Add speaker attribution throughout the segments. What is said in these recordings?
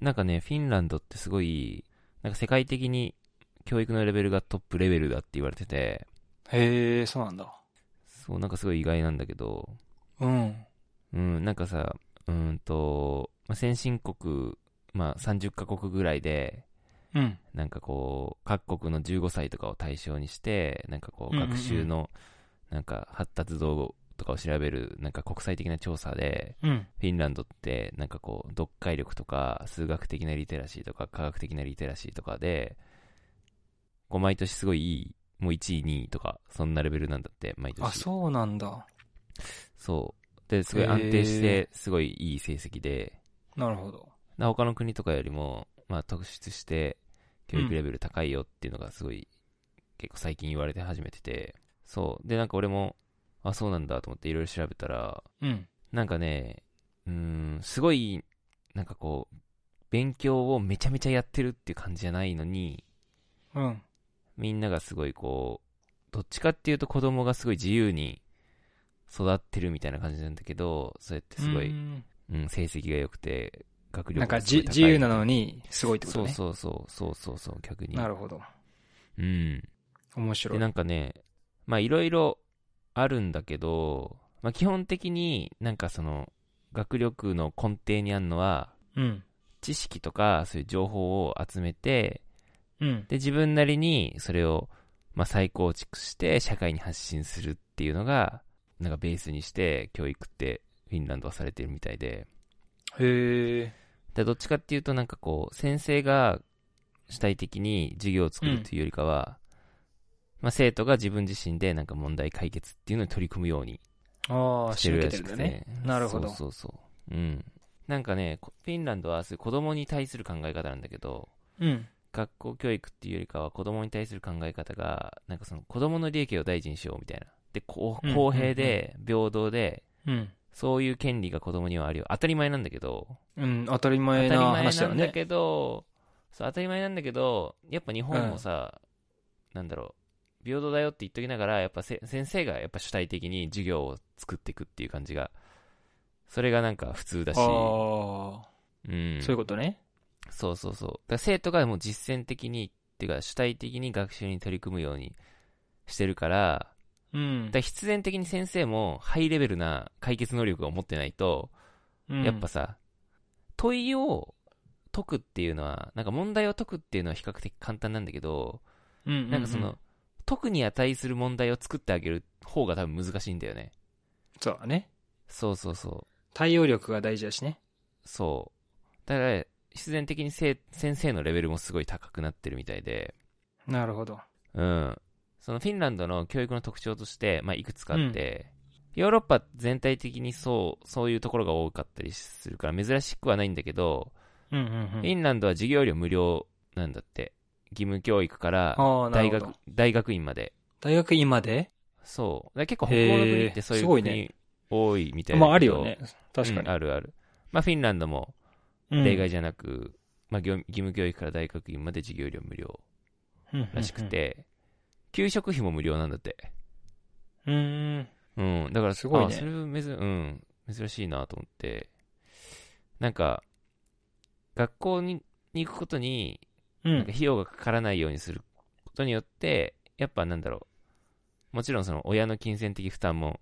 Speaker 1: なんかね、フィンランドってすごい、なんか世界的に教育のレベルがトップレベルだって言われてて、
Speaker 2: へえ、そうなんだ。
Speaker 1: そう、なんかすごい意外なんだけど、
Speaker 2: うん。
Speaker 1: うん、なんかさ、うーんと、まあ、先進国、まあ30カ国ぐらいで、
Speaker 2: うん。
Speaker 1: なんかこう、各国の15歳とかを対象にして、なんかこう、
Speaker 2: うんうんうん
Speaker 1: 学習の、なんか発達道具とかを調べる、なんか国際的な調査で、
Speaker 2: うん。
Speaker 1: フィンランドって、なんかこう、読解力とか、数学的なリテラシーとか、科学的なリテラシーとかで、こう、毎年すごいいい、もう1位、2位とか、そんなレベルなんだって、毎年。
Speaker 2: あ、そうなんだ。
Speaker 1: そう。で、すごい安定して、すごいいい成績で、
Speaker 2: なるほど。
Speaker 1: な他の国とかよりも、まあ、特出して教育レベル高いよっていうのがすごい、結構最近言われて始めててそうでなんか俺もあそうなんだと思っていろいろ調べたら
Speaker 2: うん。
Speaker 1: なんかねうーんすごいなんかこう勉強をめちゃめちゃやってるっていう感じじゃないのに
Speaker 2: うん。
Speaker 1: みんながすごいこうどっちかっていうと子供がすごい自由に育ってるみたいな感じなんだけどそうやってすごい、
Speaker 2: う
Speaker 1: うん
Speaker 2: ん
Speaker 1: 成績が良くて学力
Speaker 2: なんか
Speaker 1: がす
Speaker 2: じ
Speaker 1: ごい高い
Speaker 2: 自由なのに、すごいってこと
Speaker 1: そう
Speaker 2: ね。
Speaker 1: そうそうそうそうそう逆に
Speaker 2: なるほど。
Speaker 1: うん
Speaker 2: 面白
Speaker 1: で
Speaker 2: い。
Speaker 1: なんかねまあいろいろあるんだけど、まあ、基本的になんかその学力の根底にあるのは
Speaker 2: うん。
Speaker 1: 知識とかそういう情報を集めて
Speaker 2: うん。
Speaker 1: で自分なりにそれをまあ再構築して社会に発信するっていうのがなんかベースにして教育ってフィンランドはされてるみたいで
Speaker 2: へえ。
Speaker 1: でどっちかっていうとなんかこう先生が主体的に授業を作るというよりかは、まあ、生徒が自分自身でなんか問題解決っていうのに取り組むように
Speaker 2: ああ、
Speaker 1: して
Speaker 2: 仕
Speaker 1: る
Speaker 2: 向け
Speaker 1: ら
Speaker 2: て
Speaker 1: し
Speaker 2: るん
Speaker 1: く
Speaker 2: だ
Speaker 1: て、
Speaker 2: ね。なるほど
Speaker 1: そうそうそううんなんかねこフィンランドはそういう子供に対する考え方なんだけど
Speaker 2: うん。
Speaker 1: 学校教育っていうよりかは子供に対する考え方がなんかその子供の利益を大事にしようみたいなでこう
Speaker 2: うん
Speaker 1: 公平で平等で
Speaker 2: うん。
Speaker 1: そういう権利が子供にはあるよ当たり前なんだけど
Speaker 2: うん、当たり前
Speaker 1: 当た
Speaker 2: な
Speaker 1: り前
Speaker 2: 話だ
Speaker 1: な
Speaker 2: よ
Speaker 1: んだ
Speaker 2: ね。
Speaker 1: けど、そう当たり前なんだけどやっぱ日本もさ、なんだろう平等だよって言っときながらやっぱせ先生がやっぱ主体的に授業を作っていくっていう感じがそれがなんか普通だし、
Speaker 2: ああ、
Speaker 1: う
Speaker 2: そ
Speaker 1: ん、
Speaker 2: ういうことね。
Speaker 1: そうそうそうだから生徒がもう実践的にっていうか主体的に学習に取り組むようにしてるから
Speaker 2: うん
Speaker 1: だか。ら必然的に先生もハイレベルな解決能力を持ってないと
Speaker 2: うん
Speaker 1: やっぱ、さ、問いを解くっていうのは、なんか問題を解くっていうのは比較的簡単なんだけど、
Speaker 2: ううう
Speaker 1: なんかその、、解くに値する問題を作ってあげる方が多分難しいんだよね。
Speaker 2: そうだね。
Speaker 1: そうそうそう。
Speaker 2: 対応力が大事だしね。
Speaker 1: そう。だから、必然的にせ先生のレベルもすごい高くなってるみたいで、
Speaker 2: なるほど。
Speaker 1: うん。そのフィンランドの教育の特徴として、まあ、いくつかあって、ヨーロッパ全体的にそう、そういうところが多かったりするから珍しくはないんだけど、
Speaker 2: うんう
Speaker 1: フ
Speaker 2: んう
Speaker 1: ィ
Speaker 2: ん。
Speaker 1: ンランドは授業料無料なんだって。義務教育から
Speaker 2: ああ、な
Speaker 1: 大
Speaker 2: るほ
Speaker 1: 学
Speaker 2: ど。
Speaker 1: 大学院まで。
Speaker 2: 大学院まで
Speaker 1: そう。だから結構北欧の国ってそういう
Speaker 2: へえすごい
Speaker 1: 国、
Speaker 2: ね
Speaker 1: 多いみたいだけど
Speaker 2: まああるよね。。確か
Speaker 1: うん
Speaker 2: に。
Speaker 1: あるある。まあフィンランドも
Speaker 2: うん
Speaker 1: 例外じゃなく、まあ業義務教育から大学院まで授業料無料らしく。て、給食費も無料なんだって。
Speaker 2: うんうん。う
Speaker 1: うん。だから
Speaker 2: すごいね
Speaker 1: あそれは珍、うん、珍しいなと思って。なんか、学校にに行くことに
Speaker 2: ーん。う
Speaker 1: なんか
Speaker 2: ん
Speaker 1: 費用がかからないようにすることによって、やっぱなんだろう、もちろんその親の金銭的負担も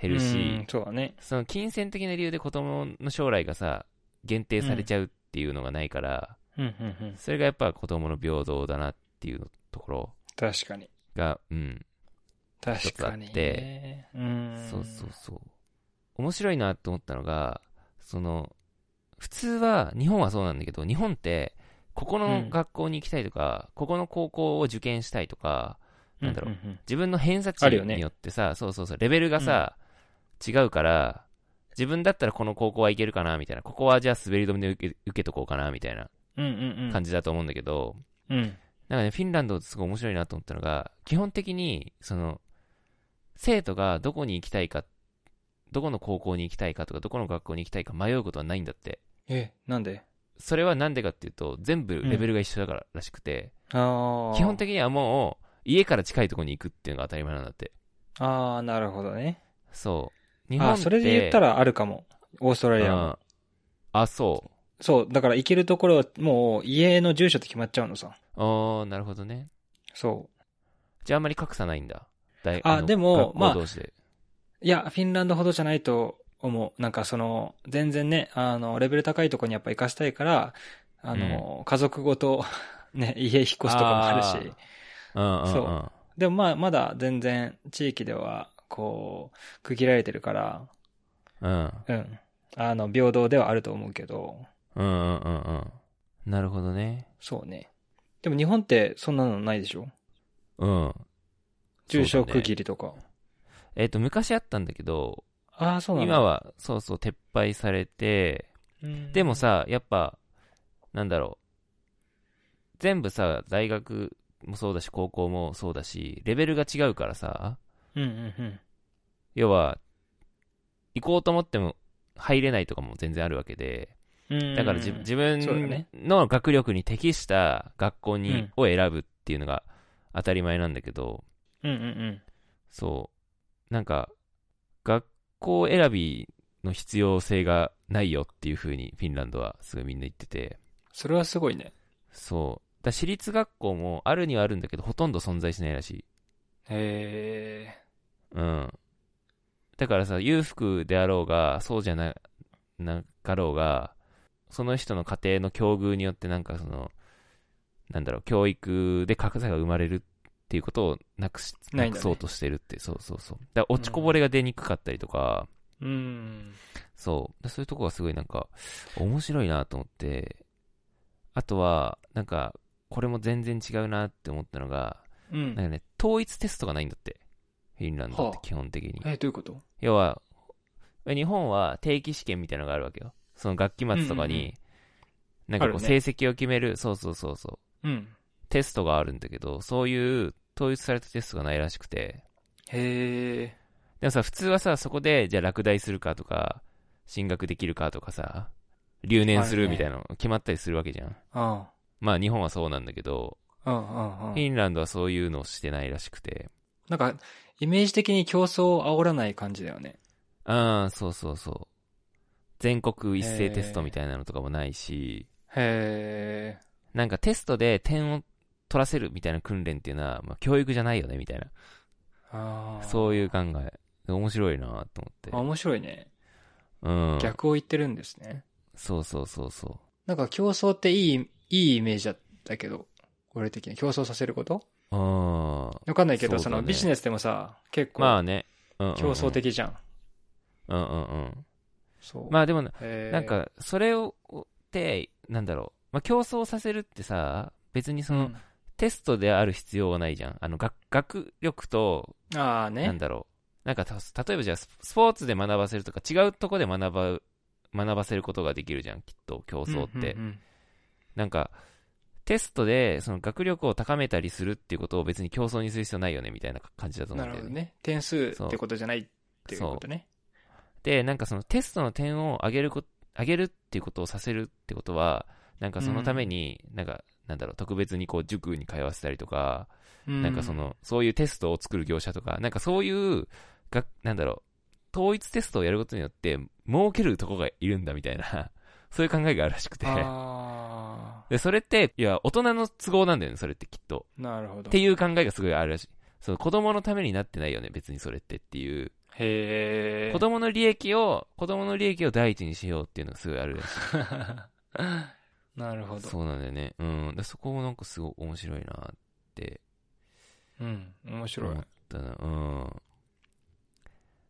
Speaker 1: 減るし、
Speaker 2: うんそうだね。
Speaker 1: その金銭的な理由で子供の将来がさ、限定されちゃうっていうのがないから、
Speaker 2: うんうんうん。
Speaker 1: それがやっぱ子供の平等だなっていうところ
Speaker 2: 確かに。
Speaker 1: が、うん、
Speaker 2: 確か
Speaker 1: 一
Speaker 2: に
Speaker 1: つあっ
Speaker 2: ね。うん。
Speaker 1: そうそうそう。面白いなと思ったのが、その、普通は、日本はそうなんだけど、日本って、ここの学校に行きたいとか、ここの高校を受験したいとか、なんだろう
Speaker 2: う。
Speaker 1: 自分の偏差値
Speaker 2: あるよね
Speaker 1: によってさ、そうそうそう、レベルがさ、違うから、自分だったらこの高校はいけるかな、みたいな。ここはじゃあ滑り止めで受け受けとこうかな、みたいな
Speaker 2: うんうんうん。
Speaker 1: 感じだと思うんだけど、
Speaker 2: うん。
Speaker 1: なんかね、フィンランドすごい面白いなと思ったのが、基本的に、その、生徒がどこに行きたいか、どこの高校に行きたいかとか、どこの学校に行きたいか迷うことはないんだって。
Speaker 2: え、なんで
Speaker 1: それはなんでかっていうと、全部レベルが一緒だかららしくて、
Speaker 2: ああ。
Speaker 1: 基本的にはもう、家から近いところに行くっていうのが当たり前なんだって。
Speaker 2: ああ、なるほどね。
Speaker 1: そう。日本
Speaker 2: あ
Speaker 1: っ
Speaker 2: あ、
Speaker 1: て
Speaker 2: それで言ったらあるかも。オーストラリアも。
Speaker 1: うんあ、そう。
Speaker 2: そう、だから行けるところはもう家の住所って決まっちゃうのさ。
Speaker 1: おー、なるほどね。
Speaker 2: そ
Speaker 1: じゃああんまり格差ないんだ。大
Speaker 2: あ
Speaker 1: の
Speaker 2: でも
Speaker 1: 学校同士で。
Speaker 2: う。いや、フィンランドほどじゃないと思う。なんかその、全然ね、あの、レベル高いところにやっぱ行かしたいから、あの、家族ごと、 ね、家引っ越すとかもある
Speaker 1: あ
Speaker 2: し
Speaker 1: ー。うんうんうん。
Speaker 2: そうでもまあ、まだ全然地域では、こう、区切られてるから、
Speaker 1: うん。
Speaker 2: うん。あの、平等ではあると思うけど、
Speaker 1: うんうんうんうん。なるほどね。
Speaker 2: そうね。でも日本ってそんなのないでしょ
Speaker 1: うん。
Speaker 2: 住所
Speaker 1: そうだね
Speaker 2: 区切りとか。
Speaker 1: えっ、と、昔あったんだけど、
Speaker 2: ああ、そうなんだ。
Speaker 1: 今は、そうそう、撤廃されて、
Speaker 2: うん
Speaker 1: でも、さ、やっぱ、なんだろう。全部さ、大学もそうだし、高校もそうだし、レベルが違うからさ、
Speaker 2: うんうんうん。
Speaker 1: 要は、行こうと思っても入れないとかも全然あるわけで、だからじ、自そうだね分の学力に適した学校に、を選ぶっていうのが当たり前なんだけど、
Speaker 2: うんうんうん。
Speaker 1: そう、なんか、学校選びの必要性がないよっていう風にフィンランドはすごいみんな言ってて、
Speaker 2: それはすごいね。
Speaker 1: そう。だ私立学校もあるにはあるんだけど、ほとんど存在しないらしい。
Speaker 2: へえ。
Speaker 1: うん。だからさ、裕福であろうが、そうじゃな、なかろうが、その人の家庭の境遇によってなんかその、なんだろう、教育で格差が生まれるっていうことをなくし、
Speaker 2: ない
Speaker 1: なん
Speaker 2: だね
Speaker 1: くそうとしてるって、そうそうそう。だから落ちこぼれが出にくかったりとか、
Speaker 2: うん。
Speaker 1: そう。だそういうとこがすごいなんか、面白いなと思って、あとは、なんか、これも全然違うなって思ったのが、
Speaker 2: う
Speaker 1: なん
Speaker 2: ん。
Speaker 1: かね、統一テストがないんだって。フィンランドって
Speaker 2: はあ
Speaker 1: 基本的に。
Speaker 2: え、どういうこと
Speaker 1: 要は、日本は定期試験みたいなのがあるわけよ。その学期末とか
Speaker 2: うんうんう
Speaker 1: に、なんかこう
Speaker 2: ある
Speaker 1: 成
Speaker 2: ね
Speaker 1: 績を決める、そうそうそうそう、
Speaker 2: うん。
Speaker 1: テストがあるんだけど、そういう統一されたテストがないらしくて。
Speaker 2: へえ。
Speaker 1: でもさ、普通はさ、そこで、じゃあ落第するかとか、進学できるかとかさ、留年するみたいなの決まったりするわけじゃん。
Speaker 2: あ
Speaker 1: まあ日本はそうなんだけど、
Speaker 2: あ。うんうん
Speaker 1: フ
Speaker 2: うん。
Speaker 1: ィンランドはそういうのをしてないらしくて。
Speaker 2: なんか、イメージ的に競争を煽らない感じだよね。
Speaker 1: ああ、そうそうそう。全国一斉テストみたいなのとかもないし、
Speaker 2: へえ。
Speaker 1: なんかテストで点を取らせるみたいな訓練っていうのは、まあ、教育じゃないよねみたいな、
Speaker 2: ああ。
Speaker 1: そういう考え。面白いなと
Speaker 2: あ、
Speaker 1: 思って。
Speaker 2: 面白いね。
Speaker 1: うん。
Speaker 2: 逆を言ってるんですね。
Speaker 1: そうそうそうそ
Speaker 2: なんか競争っていい、いいイメージだったけど、俺的に競争させること
Speaker 1: う。うん。
Speaker 2: わかんないけど、
Speaker 1: そ
Speaker 2: そう
Speaker 1: だね
Speaker 2: のビジネスでもさ、結
Speaker 1: ま
Speaker 2: 構
Speaker 1: あね。うんうんうん
Speaker 2: 競争。的じゃん。
Speaker 1: うんうんうん。
Speaker 2: そう。
Speaker 1: まあでも、
Speaker 2: へー
Speaker 1: なん、か、それを、って、なんだろう。まあ競争させるってさ、別にその、テストである必要はないじゃん。あの、学、学力と
Speaker 2: うんあ
Speaker 1: な
Speaker 2: あ
Speaker 1: ん
Speaker 2: ね。
Speaker 1: だろう。なんかた、例えばじゃあス、スポーツで学ばせるとか、違うとこで学ば、学ばせることができるじゃん、きっと、競争って。
Speaker 2: うんうんうん
Speaker 1: なんか、テストで、その学力を高めたりするっていうことを別に競争にする必要ないよね、みたいな感じだと思
Speaker 2: な
Speaker 1: うん
Speaker 2: る
Speaker 1: だ
Speaker 2: ほ
Speaker 1: よ
Speaker 2: ど
Speaker 1: ね。
Speaker 2: ね。点数ってことじゃないっていうことね。
Speaker 1: で、なんかそのテストの点を上げるこ、上げるっていうことをさせるってことは、なんかそのために、なんか、なんだろう、特別にこう塾に通わせたりとか、
Speaker 2: な
Speaker 1: なんかそ、の、そういうテストを作る業者とか、なんかそういう、が、なんだろう、統一テストをやることによって、儲けるとこがいるんだみたいな、 そういう考えがあるらしくて。
Speaker 2: あ
Speaker 1: で、それって、いや、大人の都合なんだよね、それってきっと。
Speaker 2: あ、なるほど。
Speaker 1: って
Speaker 2: へ
Speaker 1: いう考えがすごいあるらしい。その子供のためになってないよね、別にそれってっていう。
Speaker 2: え。
Speaker 1: 子供の利益を、子供の利益を第一にしようっていうのがすごいあるらしい。
Speaker 2: なるほど。
Speaker 1: そうなんだよね。うん。でそこもなんかすごい面白いなって
Speaker 2: うん。面白い
Speaker 1: 思。ったなうん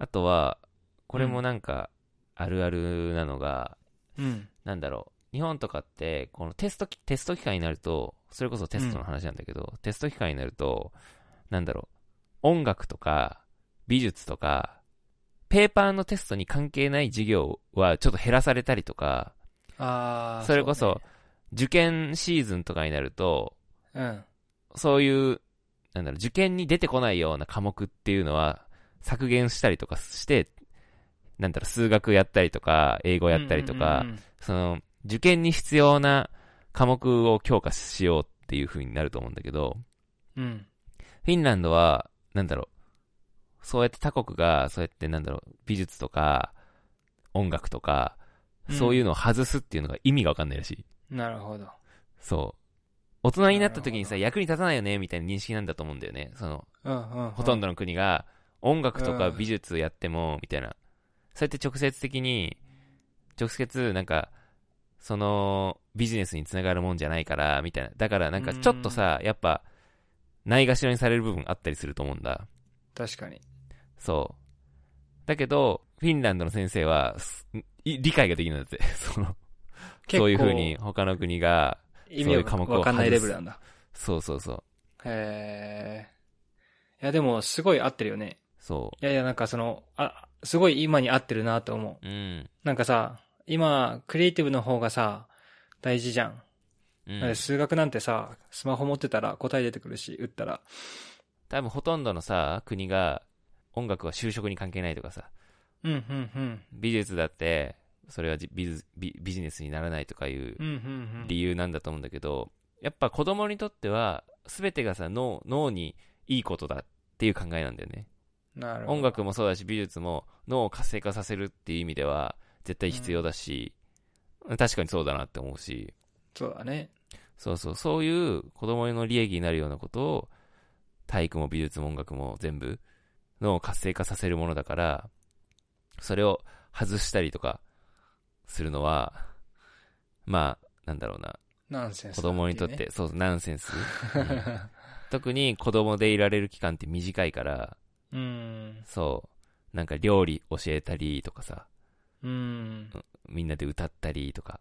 Speaker 1: あとはこれもなんかあるあるなのが、
Speaker 2: うん。
Speaker 1: なんだろう日本とかってこのテストきテスト期間になるとそれこそテストの話なんだけど、テスト期間になるとなんだろう音楽とか美術とかペーパーのテストに関係ない授業はちょっと減らされたりとか
Speaker 2: ああ。
Speaker 1: それこ
Speaker 2: う
Speaker 1: そ受験シーズンとかになると
Speaker 2: ね。うん。
Speaker 1: そういう、なんだろう、受験に出てこないような科目っていうのは、削減したりとかして、なんだろう、数学やったりとか、英語やったりとか、
Speaker 2: うんうんうん
Speaker 1: その、受験に必要な科目を強化しようっていう風になると思うんだけど、
Speaker 2: うん。うん
Speaker 1: フィンランドは、なんだろう、そうやって他国が、そうやってなんだろう、美術とか、音楽とか、そういうのを外すっていうのが意味がわかんないらしい。
Speaker 2: なるほど。
Speaker 1: そう。大人になった時に
Speaker 2: なるほ
Speaker 1: さ、
Speaker 2: ど
Speaker 1: 役に立たないよね、みたいな認識なんだと思うんだよね。その、
Speaker 2: うんうん、うん。
Speaker 1: ほとん
Speaker 2: ど。
Speaker 1: どの国が、音楽とか
Speaker 2: うん
Speaker 1: 美術やっても、みたいな。そうやって直接的に、直接、なんか、その、ビジネスにつながるもんじゃないから、みたいな。だから、なんか、ちょっとさ、やっぱ、ないがしろにされる部分あったりすると思うんだ。
Speaker 2: 確かに。
Speaker 1: そう。だけど、フィンランドの先生は、すい理解ができるんだって。 その、
Speaker 2: 結構
Speaker 1: そういう風に他の国が、
Speaker 2: 意
Speaker 1: そう
Speaker 2: 味
Speaker 1: いう科目を
Speaker 2: わかんないレベルなんだ。
Speaker 1: そうそうそう。
Speaker 2: へえ。いや、でも、すごい合ってるよね。
Speaker 1: そ
Speaker 2: いやいや、なんかその、あ、すごい今に合ってるなと思う。
Speaker 1: う。うん。
Speaker 2: なんかさ、今、クリエイティブの方がさ、大事じゃん。
Speaker 1: うん
Speaker 2: だって数学なんてさ、スマホ持ってたら答え出てくるし、打ったら。
Speaker 1: 多分ほとんどのさ、国が、音楽は就職に関係ないとかさ、
Speaker 2: うん、うん、うん。
Speaker 1: 美術だって、それはじビズビビジネスにならないとかいう
Speaker 2: うん、うん、うん。
Speaker 1: 理由なんだと思うんだけど、やっぱ子供にとっては、すべてがさ、脳、脳にいいことだっていう考えなんだよね。
Speaker 2: なるほど。
Speaker 1: 音楽もそうだし美術も脳を活性化させるっていう意味では絶対必要だし、確かにそうだなって思うし
Speaker 2: そうだね。
Speaker 1: そうそうそういう子供の利益になるようなことを体育も美術も音楽も全部脳を活性化させるものだからそれを外したりとかするのはまあなんだろうな
Speaker 2: ナンセンス
Speaker 1: 子
Speaker 2: だいうね、
Speaker 1: 供にとってそうナンセンス、うん
Speaker 2: う
Speaker 1: 特に子供でいられる期間って短いから
Speaker 2: ん。
Speaker 1: そうなんか料理教えたりとかさ
Speaker 2: うん。
Speaker 1: みんなで歌ったりとか、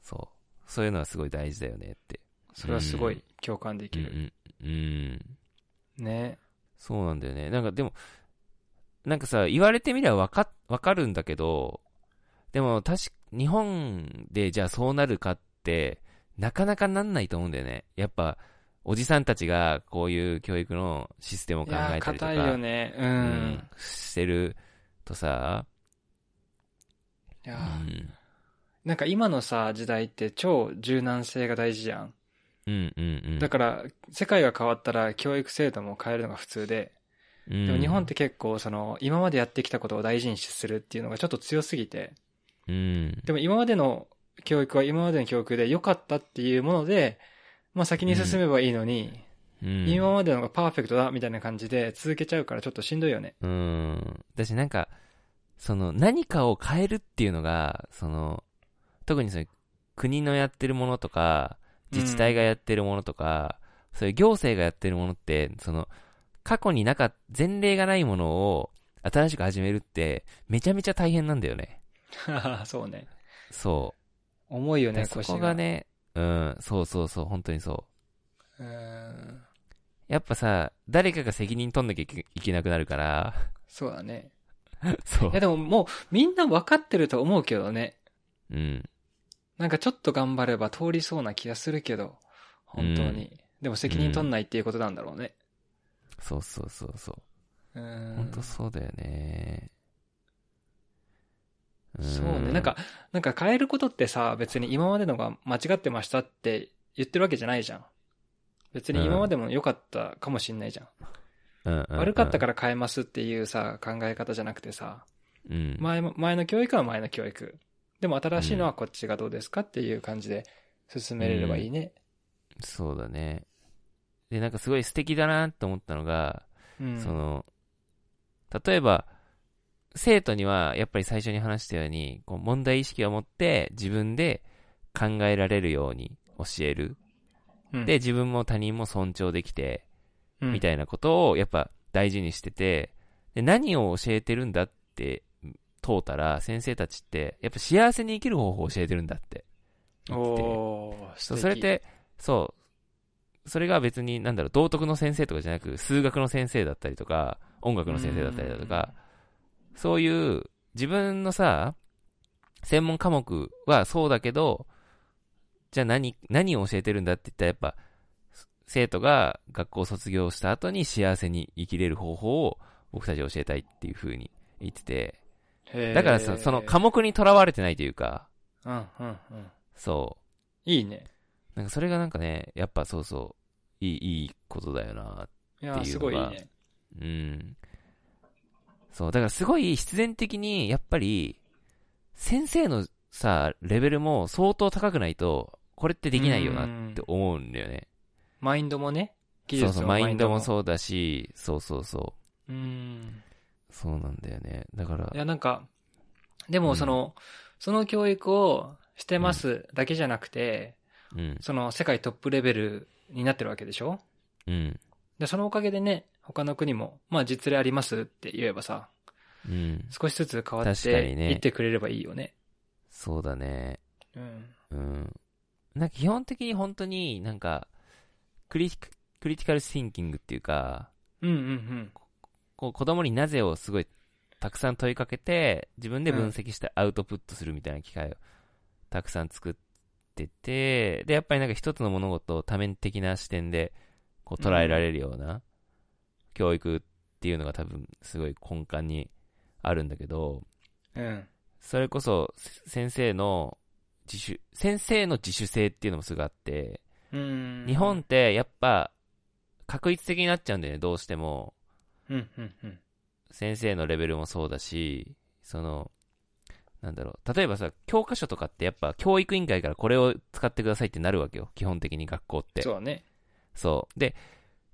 Speaker 1: そう。そういうのはすごい大事だよねって。
Speaker 2: それはすご
Speaker 1: うん
Speaker 2: い共感で
Speaker 1: う
Speaker 2: きる。
Speaker 1: ん、うん。うん。
Speaker 2: ね。
Speaker 1: そうなんだよね。なんかでも、なんかさ、言われてみればわか、わかるんだけど、でも確か、日本でじゃあそうなるかって、なかなかなんないと思うんだよね。やっぱ、おじさんたちがこういう教育のシステムを
Speaker 2: い
Speaker 1: 考
Speaker 2: や
Speaker 1: え
Speaker 2: ー、
Speaker 1: たりと
Speaker 2: 硬
Speaker 1: か、
Speaker 2: いよね。う
Speaker 1: うんん。、してるとさ、
Speaker 2: いうやー
Speaker 1: ん、
Speaker 2: なんか今のさ、時代って超柔軟性が大事じゃん。
Speaker 1: うん、うん、うん。
Speaker 2: だから、世界が変わったら教育制度も変えるのが普通で、でも日本って結構その、今までやってきたことを大事にするっていうのがちょっと強すぎて、
Speaker 1: うん、うん、
Speaker 2: でも今までの教育は今までの教育で良かったっていうもので、まあ先に進めばいいのに、
Speaker 1: うん
Speaker 2: 今までのがパーフェクトだみたいな感じで続けちゃうからちょっとしんどいよね。
Speaker 1: うん。だしなんか、その何かを変えるっていうのが、その、特にその国のやってるものとか、自治体がやってるものとか、そういう行政がやってるものって、その、過去になかっ、前例がないものを新しく始めるって、めちゃめちゃ大変なんだよね。
Speaker 2: そうね。
Speaker 1: そ
Speaker 2: 重いよ
Speaker 1: う。だ
Speaker 2: ね、
Speaker 1: から
Speaker 2: 腰
Speaker 1: そこが。ね、うん、そうそうそう、本当にそう。
Speaker 2: うーん。
Speaker 1: やっぱさ、誰かが責任取んなきゃいけいけなくなるから、
Speaker 2: そうだね。
Speaker 1: そう
Speaker 2: いや。でももうみんな分かってると思うけどね。
Speaker 1: うん。
Speaker 2: なんかちょっと頑張れば通りそうな気がするけど、本当に。でも責任取んないっていうことなんだろうね。
Speaker 1: そうそうそうそう。
Speaker 2: うーん。
Speaker 1: 本当そうだよね。ん
Speaker 2: そうね。なんか、、なんか変えることってさ、別に今までのが間違ってましたって言ってるわけじゃないじゃん。別に今までも良かったかもしんないじゃん。悪かった
Speaker 1: か
Speaker 2: から変えますっていうさ、考え方じゃなくてさ、
Speaker 1: ら、うん。
Speaker 2: 前も、前の教育は前の教育。でも新しいのはこっちがどうですかっていう感じで進めれればいいね。
Speaker 1: そうだね。で、なんかすごい素敵だなと思ったのが、
Speaker 2: うん。
Speaker 1: その、例えば、生徒にはやっぱり最初に話したように、こう問題意識を持って自分で考えられるように教える。
Speaker 2: うん
Speaker 1: で、、自分も他人も尊重できて、みた
Speaker 2: い
Speaker 1: いなことをやっぱ大事にしてて、で何を教えてるんだって問うたら、先生たちって、やっぱ幸せに生きる方法を教えてるんだって。
Speaker 2: な。おー、
Speaker 1: そう
Speaker 2: 素敵
Speaker 1: それっ、て、そう、それが別に、なんだろう、道徳の先生とかじゃなく、数学の先生だったりとか、音楽の先生だったりだとか、そういう自分のさ、専門科目はそうだけど、じゃあ何、何を教えてるんだって言ったらやっぱ、生徒が学校を卒業した後に幸せに生きれる方法を僕たちは教えたいっていう風に言ってて、
Speaker 2: へー
Speaker 1: だからさ、その科目にとらわれてないというか、
Speaker 2: うんうんうん。
Speaker 1: そう、
Speaker 2: いいね。
Speaker 1: なんかそれがなんかね、やっぱそうそう、いい、いいことだよな。
Speaker 2: いやー、
Speaker 1: ってい
Speaker 2: す
Speaker 1: うの
Speaker 2: ごいいい
Speaker 1: が
Speaker 2: ね。
Speaker 1: うん。そう、だからすごい必然的に、やっぱり、先生のさ、レベルも相当高くないと、これってできないよなって思うんだよね。
Speaker 2: マインドもね、技
Speaker 1: そう
Speaker 2: 術
Speaker 1: そう、
Speaker 2: も
Speaker 1: マインドも
Speaker 2: う。
Speaker 1: そうだし、そうそうそ
Speaker 2: うん。
Speaker 1: う。そうなんだよね。だから
Speaker 2: い、や、なんか、でもその、その教育をしてますだけじゃなくて、
Speaker 1: うん、
Speaker 2: その世界トップレベルになってるわけでしょ
Speaker 1: うん、
Speaker 2: で、そのおかげでね、他の国も、まあ実例ありますって言えばさ、
Speaker 1: うん。
Speaker 2: 少しずつ変わっ
Speaker 1: 確かに
Speaker 2: て
Speaker 1: ね
Speaker 2: いってくれればいいよね。
Speaker 1: そうだね。
Speaker 2: うん。
Speaker 1: うん。なんか基本的に本当になんか、クリククリティカルシンキングっていうか、
Speaker 2: うんうん
Speaker 1: こう子供になぜをすごいたくさん問いかけて、自分で分析してアウトプットするみたいな機会をたくさん作ってて、で、やっぱりなんか一つの物事を多面的な視点でこう捉えられるような教育っていうのが多分すごい根幹にあるんだけど、
Speaker 2: うん。うん。
Speaker 1: それこそせ先生の自主、先生の自主性っていうのもすごいあって、
Speaker 2: うん。
Speaker 1: 日本っ、てやっぱ確率的になっちゃうんだよね、どうしても。
Speaker 2: うんうんうん。
Speaker 1: 先生のレベルもそうだし、その、なんだろう、例えばさ、教科書とかってやっぱ教育委員会からこれを使ってくださいってなるわけよ、基本的に学校って。
Speaker 2: そうね。
Speaker 1: そう。で、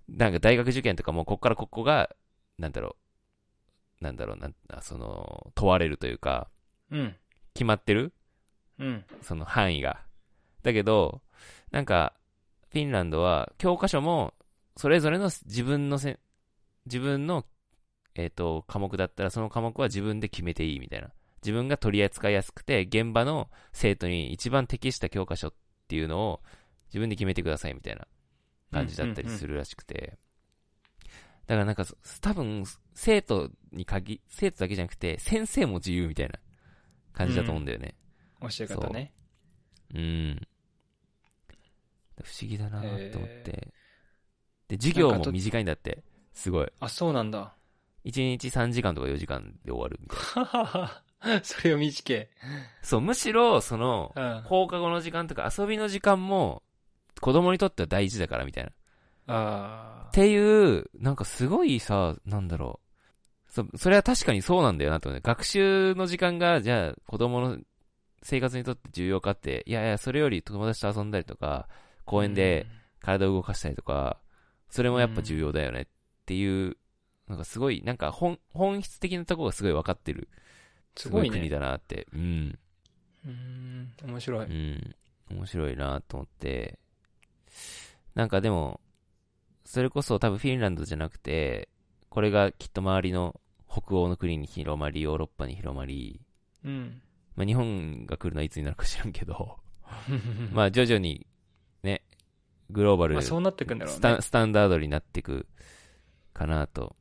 Speaker 1: なんか大学受験とかも、こっからここが、なんだろう、なんだろうなん、あその、問われるというか、
Speaker 2: うん。
Speaker 1: 決まってる
Speaker 2: うん。
Speaker 1: その範囲が。だけど、なんか、フィンランドは教科書も、それぞれの自分のせ、自分の、えっ、と、科目だったら、その科目は自分で決めていいみたいな。自分が取り扱いやすくて、現場の生徒に一番適した教科書っていうのを自分で決めてくださいみたいな感じだったりするらしくて。だからなんかそ、多分、生徒に限、生徒だけじゃなくて、先生も自由みたいな感じだと思うんだよね。
Speaker 2: 教え方ね。
Speaker 1: うん。不思議だなと思って。で、授業も短いんだって。すごい。
Speaker 2: あ、そうなんだ。
Speaker 1: 1日3時間とか4時間で終わるみたい な。
Speaker 2: はははは。それを見ちけ。
Speaker 1: そう、むしろ、その
Speaker 2: う、ん。
Speaker 1: 放課後の時間とか遊びの時間も、子供にとっては大事だからみたいな。っ
Speaker 2: ああ。
Speaker 1: ていう、なんかすごいさ、なんだろう。そ、それは確かにそうなんだよなと思って。学習の時間が、じゃあ、子供の生活にとって重要かって、いやいや、それより友達と遊んだりとか、公園で、体を動かしたりとか、それもやっぱ重要だよねっていう、なんかすごい、なんか本本質的なところがすごい分かってる。
Speaker 2: すごい
Speaker 1: 国
Speaker 2: ね。
Speaker 1: だなって。うん。
Speaker 2: うん。面白
Speaker 1: う
Speaker 2: い。
Speaker 1: ん。面白いなと思って。なんかでも、それこそ多分フィンランドじゃなくて、これがきっと周りの北欧の国に広まり、ヨーロッパに広まり、
Speaker 2: うん。
Speaker 1: まあ日本が来るのはいつになるか知らんけど、まあ徐々にね、グローバル
Speaker 2: まあそうなってくんだろう
Speaker 1: ス
Speaker 2: ね
Speaker 1: タ。スタンダードになっていくかなと。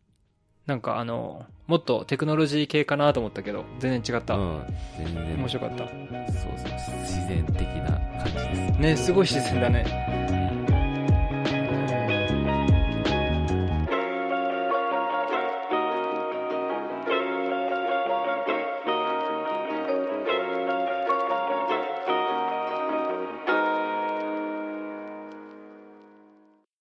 Speaker 2: なんかあの、もっとテクノロジー系かなと思ったけど、全然違っ
Speaker 1: う
Speaker 2: た。
Speaker 1: ん、全然
Speaker 2: 面白かっ
Speaker 1: そう
Speaker 2: た。
Speaker 1: そう自然的な感じです。
Speaker 2: ね、すごい自然だね。
Speaker 1: うん